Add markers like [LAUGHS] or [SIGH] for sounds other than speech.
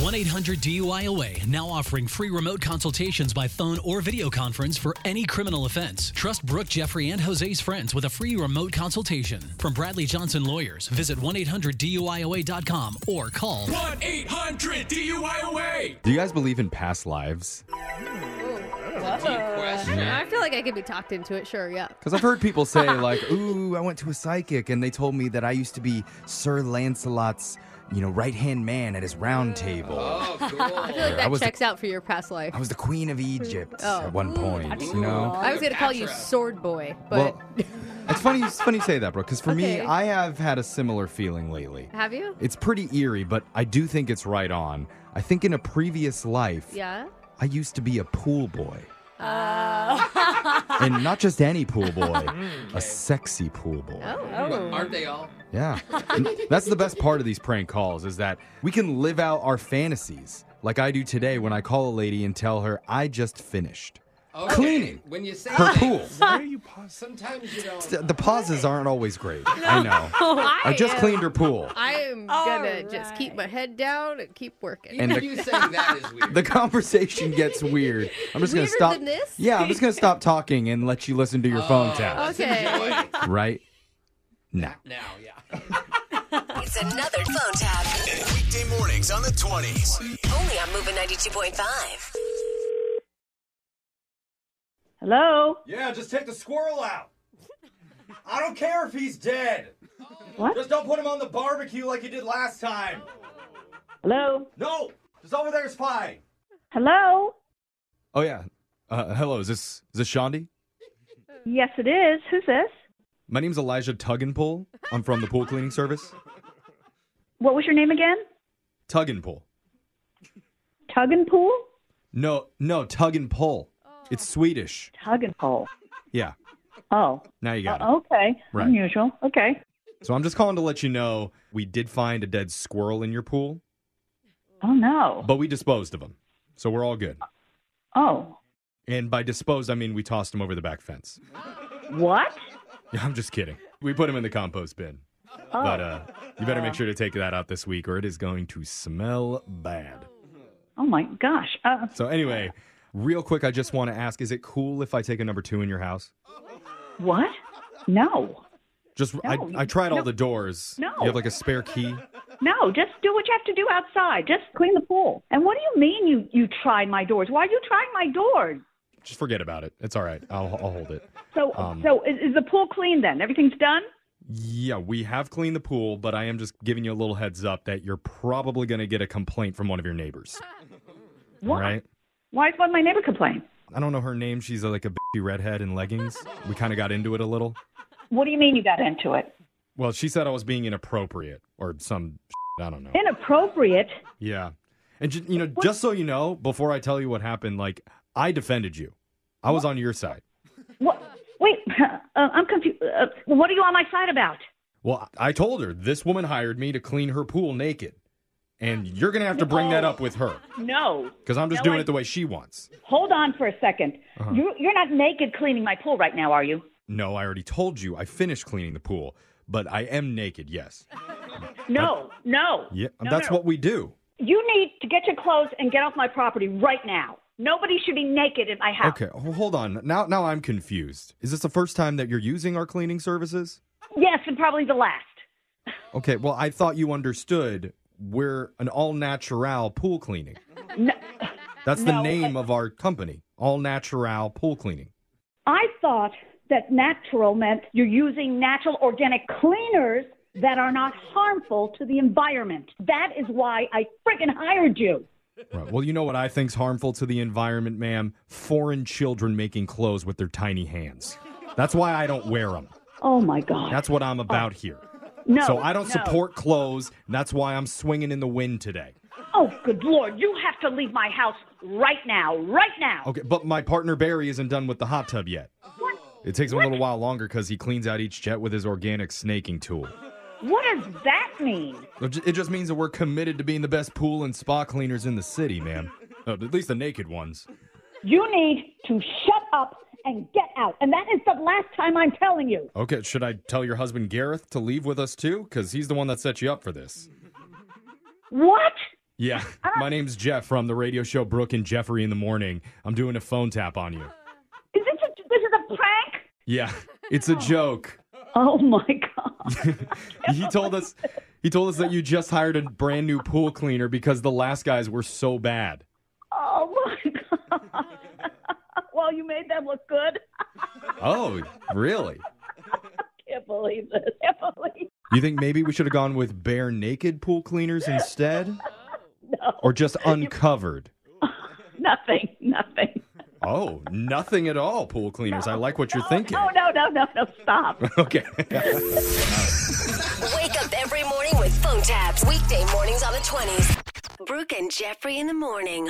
1 800 DUIOA now offering free remote consultations by phone or video conference for any criminal offense. Trust Brooke, Jeffrey, and Jose's friends with a free remote consultation. From Bradley Johnson Lawyers, visit 1 800 DUIOA.com or call 1 800 DUIOA. Do you guys believe in past lives? I feel like I could be talked into it. Sure, yeah. Because I've heard people [LAUGHS] say, like, ooh, I went to a psychic and they told me that I used to be Sir Lancelot's, you know, right hand man at his Oh. round table. I feel like I that was the- checks out for your past life. I was the queen of Egypt Oh. at one point, you know? I was going to call you Sword Boy, but Well, [LAUGHS] it's funny, it's funny you say that, bro, because for me, Okay. I have had a similar feeling lately. have you? It's pretty eerie, but I do think it's right on. I think in a previous life, Yeah. I used to be a pool boy. Oh. [LAUGHS] and not just any pool boy, a sexy pool boy. Aren't they all? Yeah. And that's the best part of these prank calls is that we can live out our fantasies like I do today when I call a lady and tell her I just finished. Okay. Cleaning. When you say Her things, pool. Sometimes you don't. The pauses aren't always great. I [LAUGHS] Oh, know. I just am- cleaned her pool. I am gonna just keep my head down and keep working. And the- you saying that is [LAUGHS] weird. The conversation gets weird. I'm just going to Weirder stop. than this? Oh, Yeah, I'm just going to stop talking and let you listen to your phone tap. Okay. Enjoy it Right? No. now, yeah. It's another phone tap. Weekday mornings on the 20s. Only on Moving 92.5. Hello? Yeah, just take the squirrel out. I don't care if he's dead. What? Just don't put him on the barbecue like you did last time. Hello? No, just over there is fine. Hello? Oh yeah. Uh, hello, is this is this Shondi? Yes, it is. Who's this? My name's Elijah Tuggenpool. I'm from the pool cleaning service. What was your name again? Tuggenpool. Tug and Pool? No, no, tug and pull. It's Oh. Swedish. Tug and Pool. Yeah. Oh, Now you got it. okay. Right. Unusual. Okay. So I'm just calling to let you know we did find a dead squirrel in your pool, Oh, no. but we disposed of him. So we're all good. Oh, And by disposed, I mean we tossed him over the back fence. [LAUGHS] what? Yeah, I'm just kidding. We put him in the compost bin. Oh. But uh, you better make sure to take that out this week or it is going to smell bad. Oh, my gosh. Uh, So, anyway, real quick, I just want to ask is it cool if I take a number two in your house? what? No. Just, No, I, I tried all no. the doors. No. You have like a spare key? No, just do what you have to do outside. Just clean the pool. And what do you mean you, you tried my doors? Why are you trying my doors? Just forget about it. It's all right. I'll, I'll hold it. So, Um, so is, is the pool clean then? Everything's done? Yeah, we have cleaned the pool, but I am just giving you a little heads up that you're probably going to get a complaint from one of your neighbors. All What? right? Why is one of my neighbor complain? I don't know her name. She's uh, like a bitchy redhead in leggings. We kind of got into it a little. What do you mean you got into it? Well, she said I was being inappropriate or some shit, I don't know. Inappropriate. Yeah. And ju- you know, just so you know, before I tell you what happened, like I defended you. I was on your side. What? Wait, [LAUGHS] uh, I'm confused. Uh, what are you on my side about? Well, I told her this woman hired me to clean her pool naked. And you're going to have to bring that up with her No. cuz I'm just No, doing I- it the way she wants. Hold on for a 2nd Uh-huh. You, you're not naked cleaning my pool right now, are you? No, I already told you. I finished cleaning the pool, but I am naked, yes. No, no. Yeah, no, that's no. what we do. You need to get your clothes and get off my property right now. Nobody should be naked at my house. Okay, ho- hold on. Now now I'm confused. Is this the first time that you're using our cleaning services? Yes, and probably the last. Okay, well, I thought you understood we're an all natural pool cleaning. No, That's No, the name of our company, All Natural Pool Cleaning. I thought that natural meant you're using natural organic cleaners that are not harmful to the environment. That is why I friggin' hired you. Right. Well, you know what I think's harmful to the environment, ma'am? Foreign children making clothes with their tiny hands. That's why I don't wear them. Oh my God. That's what I'm about here. Oh, no. So I don't no. support clothes, and that's why I'm swinging in the wind today. Oh, good Lord. You have to leave my house right now. Right now. Okay, but my partner Barry isn't done with the hot tub yet. It takes him a little while longer because he cleans out each jet with his organic snaking tool. What does that mean? It ju- it just means that we're committed to being the best pool and spa cleaners in the city, ma'am. Uh, at least the naked ones. You need to shut up and get out. And that is the last time I'm telling you. Okay, should I tell your husband Gareth to leave with us too? Because he's the one that set you up for this. What? Yeah. My name's Jeff from the radio show Brooke and Jeffrey in the Morning. I'm doing a phone tap on you. Is this a, this is a prank? Yeah. It's a joke. Oh my god! He told us he told us that you just hired a brand new pool cleaner because the last guys were so bad. Oh my god! [LAUGHS] well, you made them look good. Oh, really? Can't believe this. Can't believe. You think maybe we should have gone with bare naked pool cleaners instead? Or just uncovered? Nothing. Nothing. Oh, nothing at all, pool cleaners. I like what you're thinking. No, Oh, no, no, no, no. Stop. Okay. Wake up every morning with phone taps. Weekday mornings on the 20s. Brooke and Jeffrey in the morning.